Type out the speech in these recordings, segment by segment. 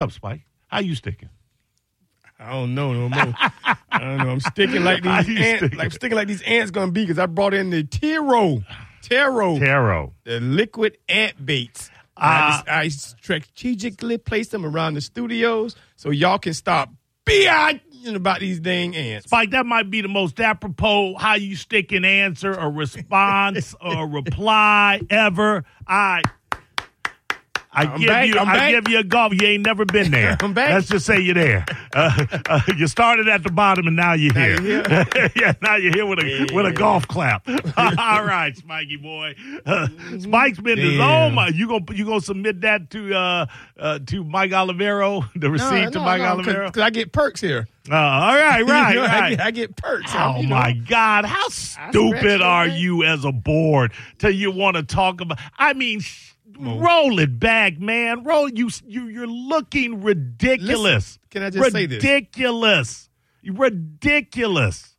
up, Spike? How you sticking? I don't know no more. I don't know. I'm sticking like How these you ants. sticking? Like I'm sticking like these ants gonna be because I brought in the tiro, tiro, Taro. the liquid ant baits. Ah. I, just- I strategically place them around the studios so y'all can stop biatching about these dang ants. Spike, that might be the most apropos how you stick an answer, a response, or a reply ever. I I I'm give back, you I'm I back. give you a golf. You ain't never been there. I'm back. Let's just say you're there. Uh, uh, you started at the bottom and now you're here. you're yeah, now you're here with a with a golf clap. All right, Spikey boy. Uh, Spike's been his Yeah. own. You gonna you gonna submit that to uh, uh, to Mike Olivero, the receipt to Mike Olivero. because I get perks here. Uh, all right, right, You know, I, right. get, I get perks. I- Oh you know, my God! How stupid stretched are it, right? you as a board till you want to talk about? I mean, sh- roll it back, man. Roll you. s- You you're looking ridiculous. Listen, can I just say this? Ridiculous. You Ridiculous.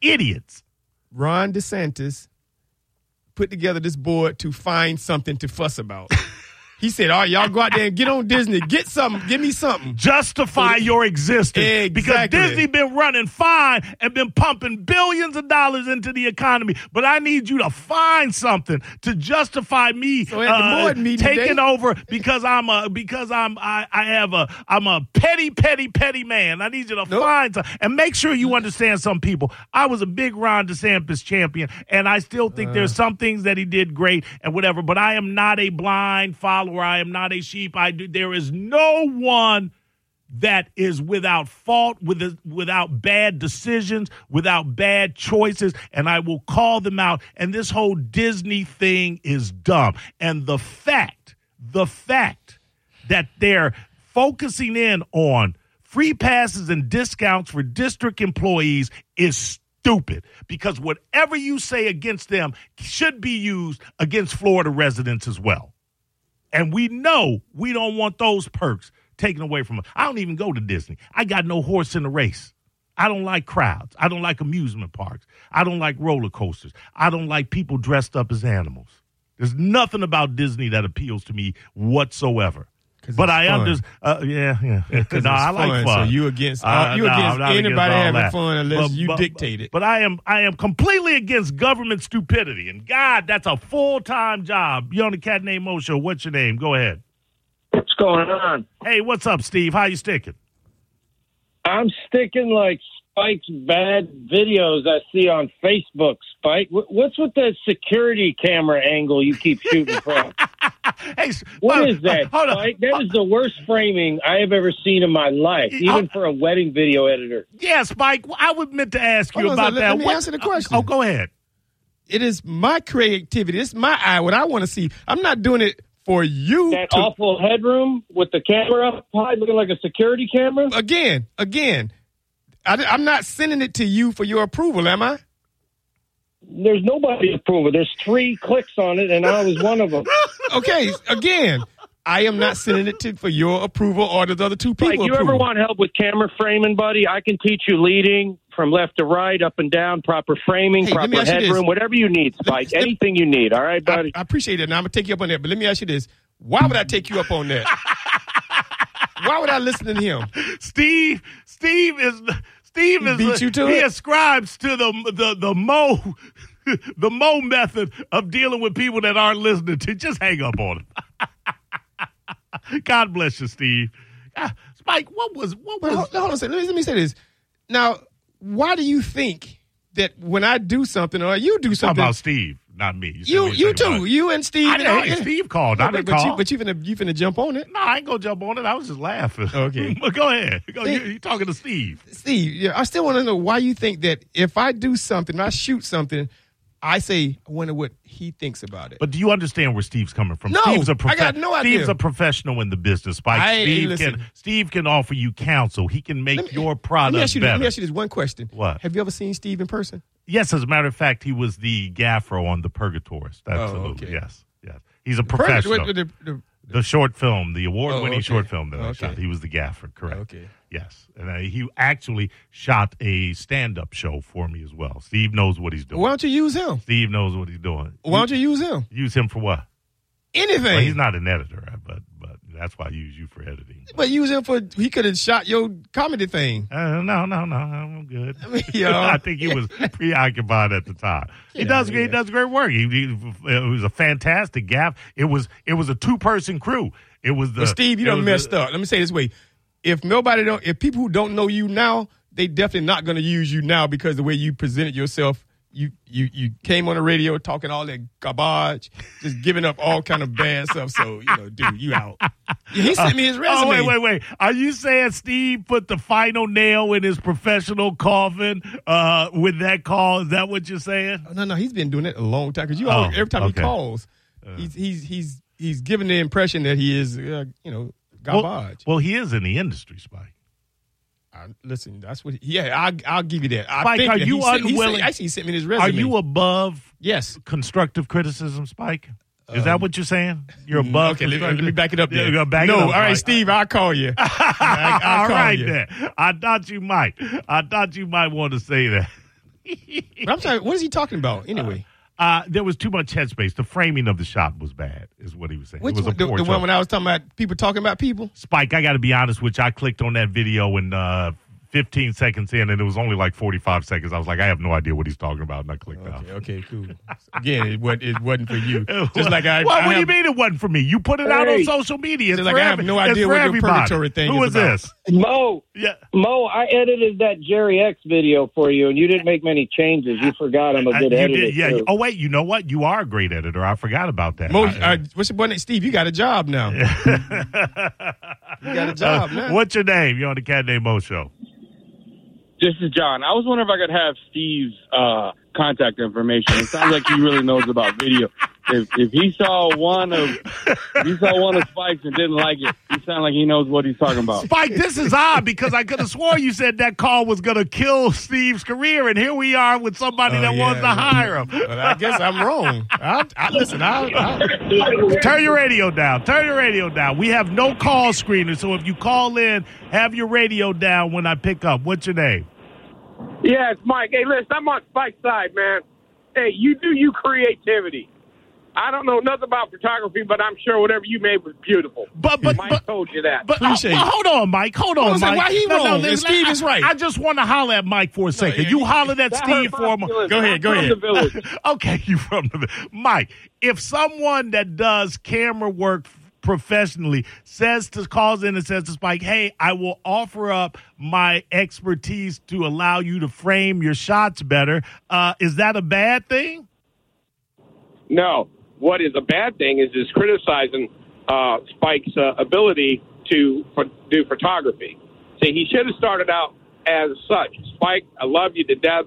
Idiots. Ron DeSantis put together this board to find something to fuss about. he said, "All right, y'all go out there and get on Disney. Get something. Give me something." Justify your existence because Exactly. Disney been running fine and been pumping billions of dollars into the economy. But I need you to find something to justify me uh, So at the board meeting taking today- over because I'm a because I'm I, I have a I'm a petty petty petty man. I need you to Nope. find some and make sure you understand some people. I was a big Ron DeSantis champion, and I still think Uh. there's some things that he did great and whatever. But I am not a blind follower. I am not a sheep. I do. There is no one that is without fault, with without bad decisions, without bad choices, and I will call them out. And this whole Disney thing is dumb. And the fact, the fact that they're focusing in on free passes and discounts for district employees is stupid because whatever you say against them should be used against Florida residents as well. And we know we don't want those perks taken away from us. I don't even go to Disney. I got no horse in the race. I don't like crowds. I don't like amusement parks. I don't like roller coasters. I don't like people dressed up as animals. There's nothing about Disney that appeals to me whatsoever. 'Cause But it's I fun. understand. Uh, yeah, yeah. no, I like So fun. you against Uh, you no, I'm against not against anybody all having that. fun unless But- you but- dictate it. But I am I am completely against government stupidity. And God, that's a full time job. You're on the Cat Name Mo show. What's your name? Go ahead. What's going on? Hey, what's up, Steve? How you sticking? I'm sticking like Spike's bad videos I see on Facebook. Spike, Wh- what's with the security camera angle you keep shooting from? Hey, s- What hold- is that? Hold on. Uh, Spike? That is the worst framing I have ever seen in my life, oh. even for a wedding video editor. Yes, Mike. I was meant to ask you Hold on a about second. Let- that. let me What- answer the question. Oh, go ahead. It is my creativity. It's my eye. What I want to see. I'm not doing it for you. That to- awful headroom with the camera up high, looking like a security camera. again, again. I, am not sending it to you for your approval, am I? There's nobody to prove it. There's three clicks on it, and I was one of them. Okay, again. I am not sending it to for your approval or the other two people. Like, you approval. ever want help with camera framing, buddy? I can teach you leading from left to right, up and down, proper framing, Hey, let me proper ask you this. headroom, whatever you need, Spike. let me- Anything you need, all right, I, buddy? I appreciate it, and I'm gonna take you up on that. But let me ask you this: Why would I take you up on that? Why would I listen to him? Steve. Steve is. Steve is. beat you to he it? ascribes to the the the mo. The Mo method of dealing with people that aren't listening to just hang up on them. God bless you, Steve. Ah, Spike, what was what But was hold, hold on a second. Let me, let me say this. Now, why do you think that when I do something or you do How something, about Steve? Not me. said you what you said about too, it. you and Steve, I and all- didn't. Hey, Steve called. I but, didn't but call. you but you finna you finna jump on it, No, I ain't gonna jump on it. I was just laughing. Okay. but go ahead. Go, you, See- you talking to Steve? Steve. Yeah, I still want to know why you think that if I do something, I shoot something, I say, I wonder what he thinks about it. But do you understand where Steve's coming from? No, Steve's a I got no idea. Steve's a professional in the business. Spike. I- Steve listen. can Steve can offer you counsel. He can make Let me- your let product me ask you. better. Let me ask you this one question. What? have you ever seen Steve in person? yes, as a matter of fact, he was the gaffro on the Purgatorist. Absolutely. Oh, okay. Yes. Yes. He's a Perfect. professional. What- the- the- The short film, the award winning Oh, okay. short film that I Okay. shot. He was the gaffer, correct? Okay. Yes. And uh, he actually shot a stand up show for me as well. Steve knows what he's doing. Why don't you use him? Steve knows what he's doing. Why don't you use him? Use him for what? anything. Well, he's not an editor, right? but but that's why I use you for editing. But use him for he could have shot your comedy thing. Uh, no, no, no, I'm good. I mean, yo. I think he was preoccupied at the time. He Yeah, does, he yeah. does great work. He, he- it was a fantastic gap. It was, it was a two person crew. It was the But Steve, you it done was messed the- up. Let me say it this way: if nobody don't, if people who don't know you now, they definitely not going to use you now because the way you presented yourself, you you you came on the radio talking all that garbage, just giving up all kind of bad stuff. So you know, dude, you out. He sent me his resume. Oh wait, wait, wait! Are you saying Steve put the final nail in his professional coffin uh, with that call? Is that what you're saying? Oh, No, no, he's been doing it a long time because you Oh, always, every time okay. Uh. he calls, he's he's he's he's giving the impression that he is, uh, you know, garbage. Well, well, he is in the industry, Spike. I, listen, that's what. Yeah, I, I'll give you that. I Mike, think are that you he sent- he sent- unwilling- actually, he sent me his resume. Are you above Yes. constructive criticism, Spike? Is that what you're saying? You're above. Um, mm, okay, let, let constructive- me back it up. Yeah, There. go back it no, up, all right, Mike. Steve, I'll call you. I, I'll all call right you. then. I thought you might. I thought you might want to say that. But I'm sorry, what is he talking about anyway? Uh, there was too much headspace. The framing of the shot was bad, is what he was saying. Which it was one? a The, poor the choice. one when I was talking about people talking about people? Spike, I got to be honest with you. I clicked on that video and uh, 15 seconds in, and it was only like 45 seconds. I was like, I have no idea what he's talking about, and I clicked out. Okay, okay, cool. Again, it, was, it wasn't for you. Just like I. Well, I what do you have- mean it wasn't for me? You put it out on Hey. social media. It's Just like for I have every- no it's idea for what your everybody. purgatory thing Who is is about. this? Mo, Yeah. Mo, I edited that Jerry X video for you, and you didn't make many changes. You forgot I'm a I- good you editor. did, yeah. too. Oh wait, you know what? You are a great editor. I forgot about that. Mo, I- uh, what's your boy name? Steve, you got a job now. you got Uh, a job now. What's your name? You're on the Cat Name Mo show. This is John. I was wondering if I could have Steve's uh, contact information. It sounds like he really knows about video. If, if he saw one of if he saw one of Spikes and didn't like it, he sounds like he knows what he's talking about. Spike, this is odd because I could have sworn you said that call was going to kill Steve's career, and here we are with somebody Oh, that wants to yeah. hire him. But I guess I'm wrong. I, I listen. I, I, Turn your radio down. Turn your radio down. We have no call screener, so if you call in, have your radio down when I pick up. What's your name? Yeah, it's Mike. Hey, listen, I'm on Spike's side, man. Hey, you do you creativity. I don't know nothing about photography, but I'm sure whatever you made was beautiful. But but Mike but. told you that. But Appreciate oh, it. well, hold on, Mike. Hold on, was like, Mike. why he wrong? And listen, Steve I- is right. I just want to holler at Mike for a second. yeah, you yeah. hollered at That Steve hurt for a my mo- feelings. Go ahead, I'm go from ahead. the village. okay, you from the Mike. If someone that does camera work professionally says to calls in and says to Spike, "Hey, I will offer up my expertise to allow you to frame your shots better," uh, is that a bad thing? No, what is a bad thing is is criticizing uh, Spike's uh, ability to ph- do photography. See, he should have started out as such. Spike, I love you to death.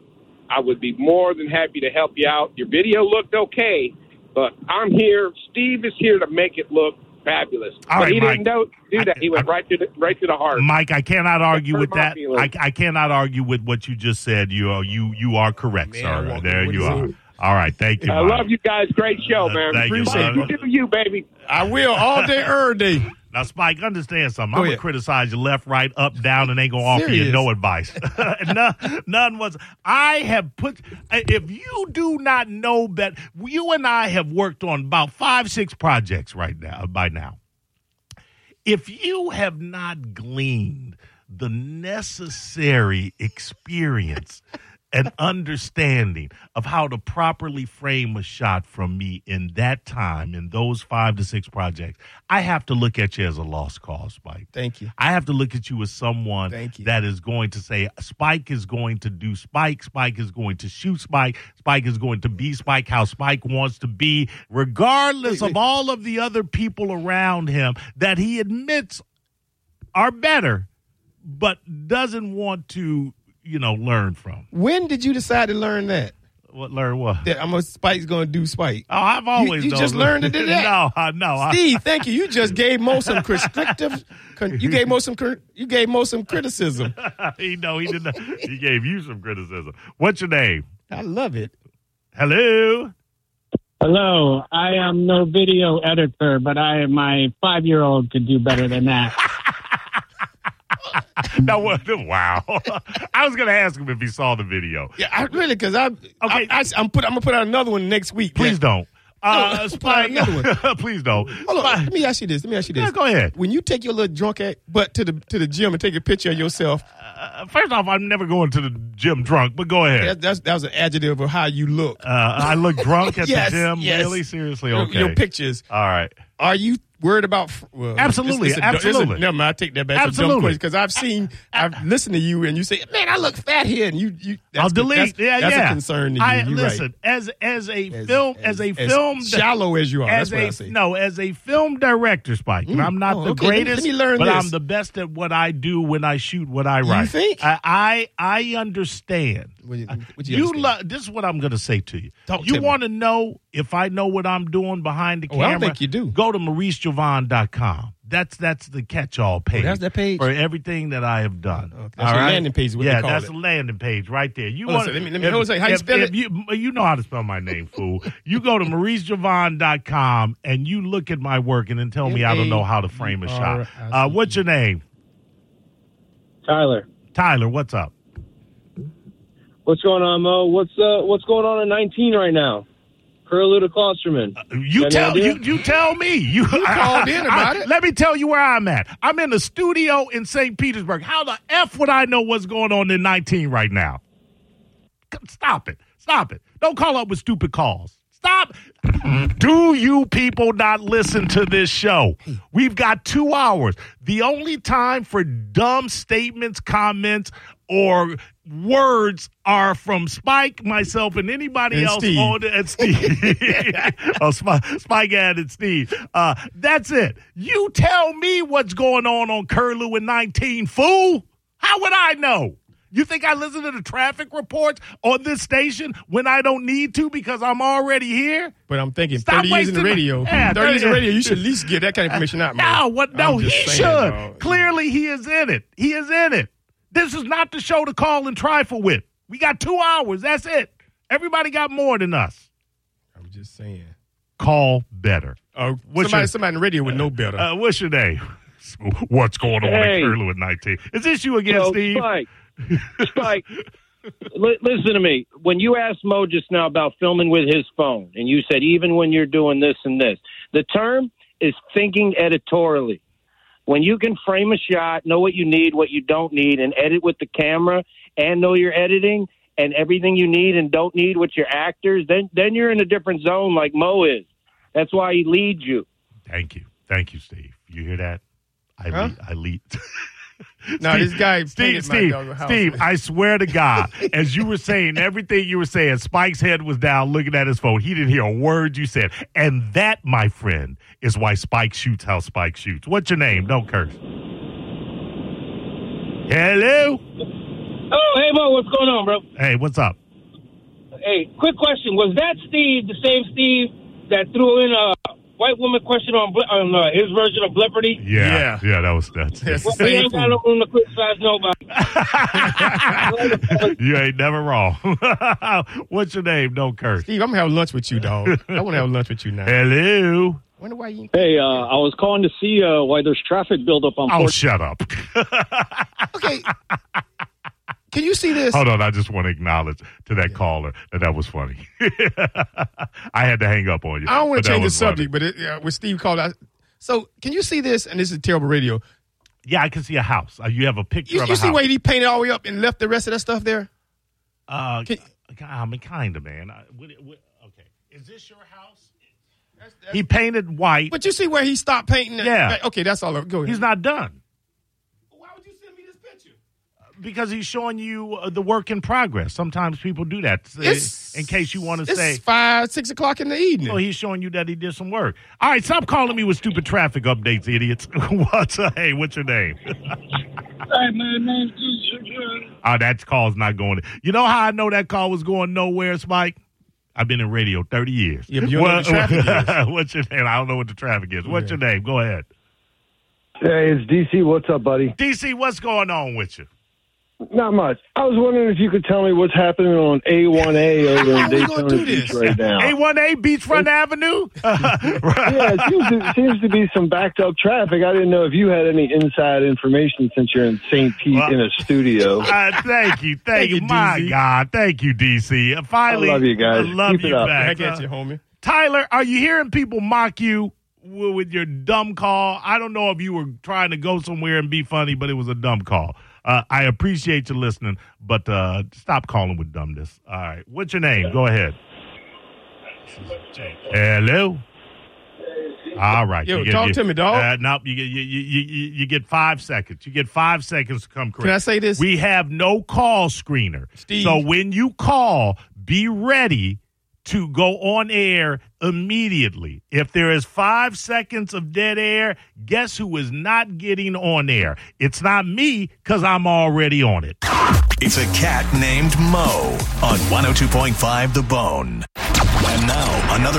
I would be more than happy to help you out. Your video looked okay, but I'm here. Steve is here to make it look fabulous. All but right, he Mike. didn't know, do that. he went right to the right to the heart. Mike, I cannot argue hurt with my that. I, feelings. I cannot argue with what you just said. You are you you are correct, Man, I sir. walked There in. What you is are. it? All right, thank you. I Mike. love you guys. Great show, Uh, man. thank you, Appreciate brother. you. Do you, baby. I will all day, every day. Now, Spike, understand something. Go I'm gonna ahead. criticize you left, right, up, down, and ain't gonna offer you Serious. no advice. none, none was. I have put. If you do not know that, you and I have worked on about five, six projects right now. By now, if you have not gleaned the necessary experience and understanding of how to properly frame a shot from me in that time, in those five to six projects, I have to look at you as a lost cause, Spike. Thank you. I have to look at you as someone Thank you. that is going to say Spike is going to do Spike, Spike is going to shoot Spike, Spike is going to be Spike how Spike wants to be, regardless of all of the other people around him that he admits are better, but doesn't want to, you know, learn from. When did you decide to learn that? What learn what? That I'm a Spike's gonna do Spike. Oh, I've always you known just learned to do that? no, I know. I- Steve, thank you. You just gave Mo some constructive. Con, you gave Mo some. cr- You gave Mo some criticism. he know he didn't. he gave you some criticism. What's your name? I love it. Hello. Hello, I am no video editor, but I my five year old could do better than that. That was wow. I was gonna ask him if he saw the video. Yeah, I really because I. Okay, Okay. I, am put. I'm gonna put out another one next week. Please Yeah. don't. Uh, let's put Spike, out another Oh, please don't. Hold on. Spike- Let me ask you this. Let me ask you this. Yeah, go ahead. When you take your little drunk ass butt to the to the gym and take a picture of yourself, Uh, First off, I'm never going to the gym drunk, but go ahead. that, that's that was an adjective of how you look. Uh, I look drunk at Yes, the gym. yes. Really seriously, Your- okay. Your, pictures. All right. Are you worried about? fr- Well, Absolutely, a dumb- a- absolutely. never mind. I take that back. Absolutely. Because I've seen, I've listened to you, and you say, "Man, I look fat here," and you, you. That's, I'll delete. That's, yeah, that's yeah. a concern. To you. I You're listen Right. as as a film as, a film di- shallow as you are. as Oh, that's what I a say. no as a film director, Spike. and I'm not Oh, the okay. Let me- let greatest, me learn but this. I'm the best at what I do when I shoot what I write. think? I I, I understand. What you- what you you understand? lo- this is what I'm going to say to you. Talk you to me. want to know if I know what I'm doing behind the Oh, I camera? don't think you do. Go to mauricejavon.com. That's that's the catch-all page. Oh, that's that page? for everything that I have done. That's All your right? landing page, what they yeah, call that's it. the landing page right there. You Hold on want a second. Let me- let me- Jose, how you spell it? you, you know how to spell my name, fool. You go to mauricejavon.com and you look at my work and then tell me I don't know how to frame a shot. M-A-U-R-I-C-E. Uh, what's your name? Tyler, Tyler, what's up? what's going on, Mo? What's uh, what's going on at 19 right now? Curlew to Klosterman. You Got any tell idea? you you tell me. You, called in about I- it. Let me tell you where I'm at. I'm in the studio in St. Petersburg. How the f would I know what's going on in 19 right now? C- Stop it. Stop it. Don't call up with stupid calls. Stop. Do you people not listen to this show? We've got two hours. The only time for dumb statements, comments, or words are from Spike, myself, and anybody And else Steve. on the- and Steve. oh, Spike, Spike added Steve. Uh, that's it. You tell me what's going on on Curlew in 19, fool. How would I know? You think I listen to the traffic reports on this station when I don't need to because I'm already here? But I'm thinking Stop 30 years in the wasting my- radio. Yeah, 30 years in 30 the radio, you should at least get that kind of information out, man. No, what? No, I'm he just saying, should. dog. Clearly, he is in it. He is in it. This is not the show to call and trifle with. We got two hours. That's it. Everybody got more than us. I'm just saying. Call better. Uh, What's somebody, your- somebody in the radio would know better. Uh, what's your name? What's going on Hey. in Curlew at 19? Is this you again, So, Steve? Spike, Spike, li- listen to me. When you asked Mo just now about filming with his phone, and you said even when you're doing this and this, the term is thinking editorially. When you can frame a shot, know what you need, what you don't need, and edit with the camera, and know your editing and everything you need and don't need with your actors, then then you're in a different zone, like Mo is. That's why he leads you. Thank you. Thank you, Steve. You hear that? I Huh? lead. I lead. no, this guy Steve, painted Steve, my dog a house. Steve, I swear to God, as you were saying everything you were saying, Spike's head was down looking at his phone. He didn't hear a word you said. And that, my friend, is why Spike shoots how Spike shoots. What's your name? Don't curse. Hello? Oh, hey, Mo, what's going on, bro? Hey, what's up? Hey, quick question. Was that Steve, the same Steve that threw in a white woman question on, Bl- on uh, his version of Blipperty? Yeah. Yeah, Yeah. that was that's Yes. Well, we ain't got no room to criticize nobody. you ain't never wrong. What's your name? Don't curse. Steve, I'm going to have lunch with you, dog. I want to have lunch with you now. Hello. wonder why you. Hey, uh, I was calling to see uh, why there's traffic buildup on. Oh, shut up. Okay. Can you see this? Hold on, I just want to acknowledge to that caller that that was funny. I had to hang up on you. I don't want but that to change the was funny. subject, but it, uh, when Steve called out. So, can you see this? And this is terrible radio. Yeah, I can see a house. Uh, you have a picture You, of you a see house. where he painted all the way up and left the rest of that stuff there? uh, Can- I mean, kind of, man. I, what, what, okay, is this your house? he painted white. But you see where he stopped painting? it? Yeah. Okay, that's all. Go ahead. He's not done Why would you send me this picture? because he's showing you uh, the work in progress. Sometimes people do that uh, It's- in case you want to It's say. five, six o'clock in the evening. Oh, he's showing you that he did some work. All right, stop calling me with stupid traffic updates, idiots. what's uh, hey? What's your name? Hey, man, name's Jesus. Oh, that call's not going. You know how I know that call was going nowhere, Spike? I've been in radio 30 years. Yeah, but you don't know what the traffic what's your name? I don't know what the traffic is. What's your name? Go ahead. Hey, it's DC. What's up, buddy? DC, what's going on with you? Not much. I was wondering if you could tell me what's happening on A1A over in we gonna do Daytona this? Beach right now. A1A Beachfront Avenue? Uh, yeah, it seems, to, seems to be some backed up traffic. I didn't know if you had any inside information since you're in St. Pete Well- in a studio. Uh, thank you. Thank, Thank you. you, My DC. God. Thank you, DC. Uh, Finally. I love you guys. I love Keep you it up. back. Back at Uh, you, homie. Tyler, are you hearing people mock you w- with your dumb call? I don't know if you were trying to go somewhere and be funny, but it was a dumb call. Uh, I appreciate you listening, but uh, stop calling with dumbness. All right. What's your name? Go ahead. Hello. All right. Yo, talk to me, dog. Uh, nope. You get you, you you you you get five seconds. You get five seconds to come correct. Can I say this? We have no call screener. Steve. So when you call, be ready to go on air immediately. If there is five seconds of dead air, guess who is not getting on air? It's not me because I'm already on it. It's a oh cat named Mo on 102.5 The Bone. And now, another.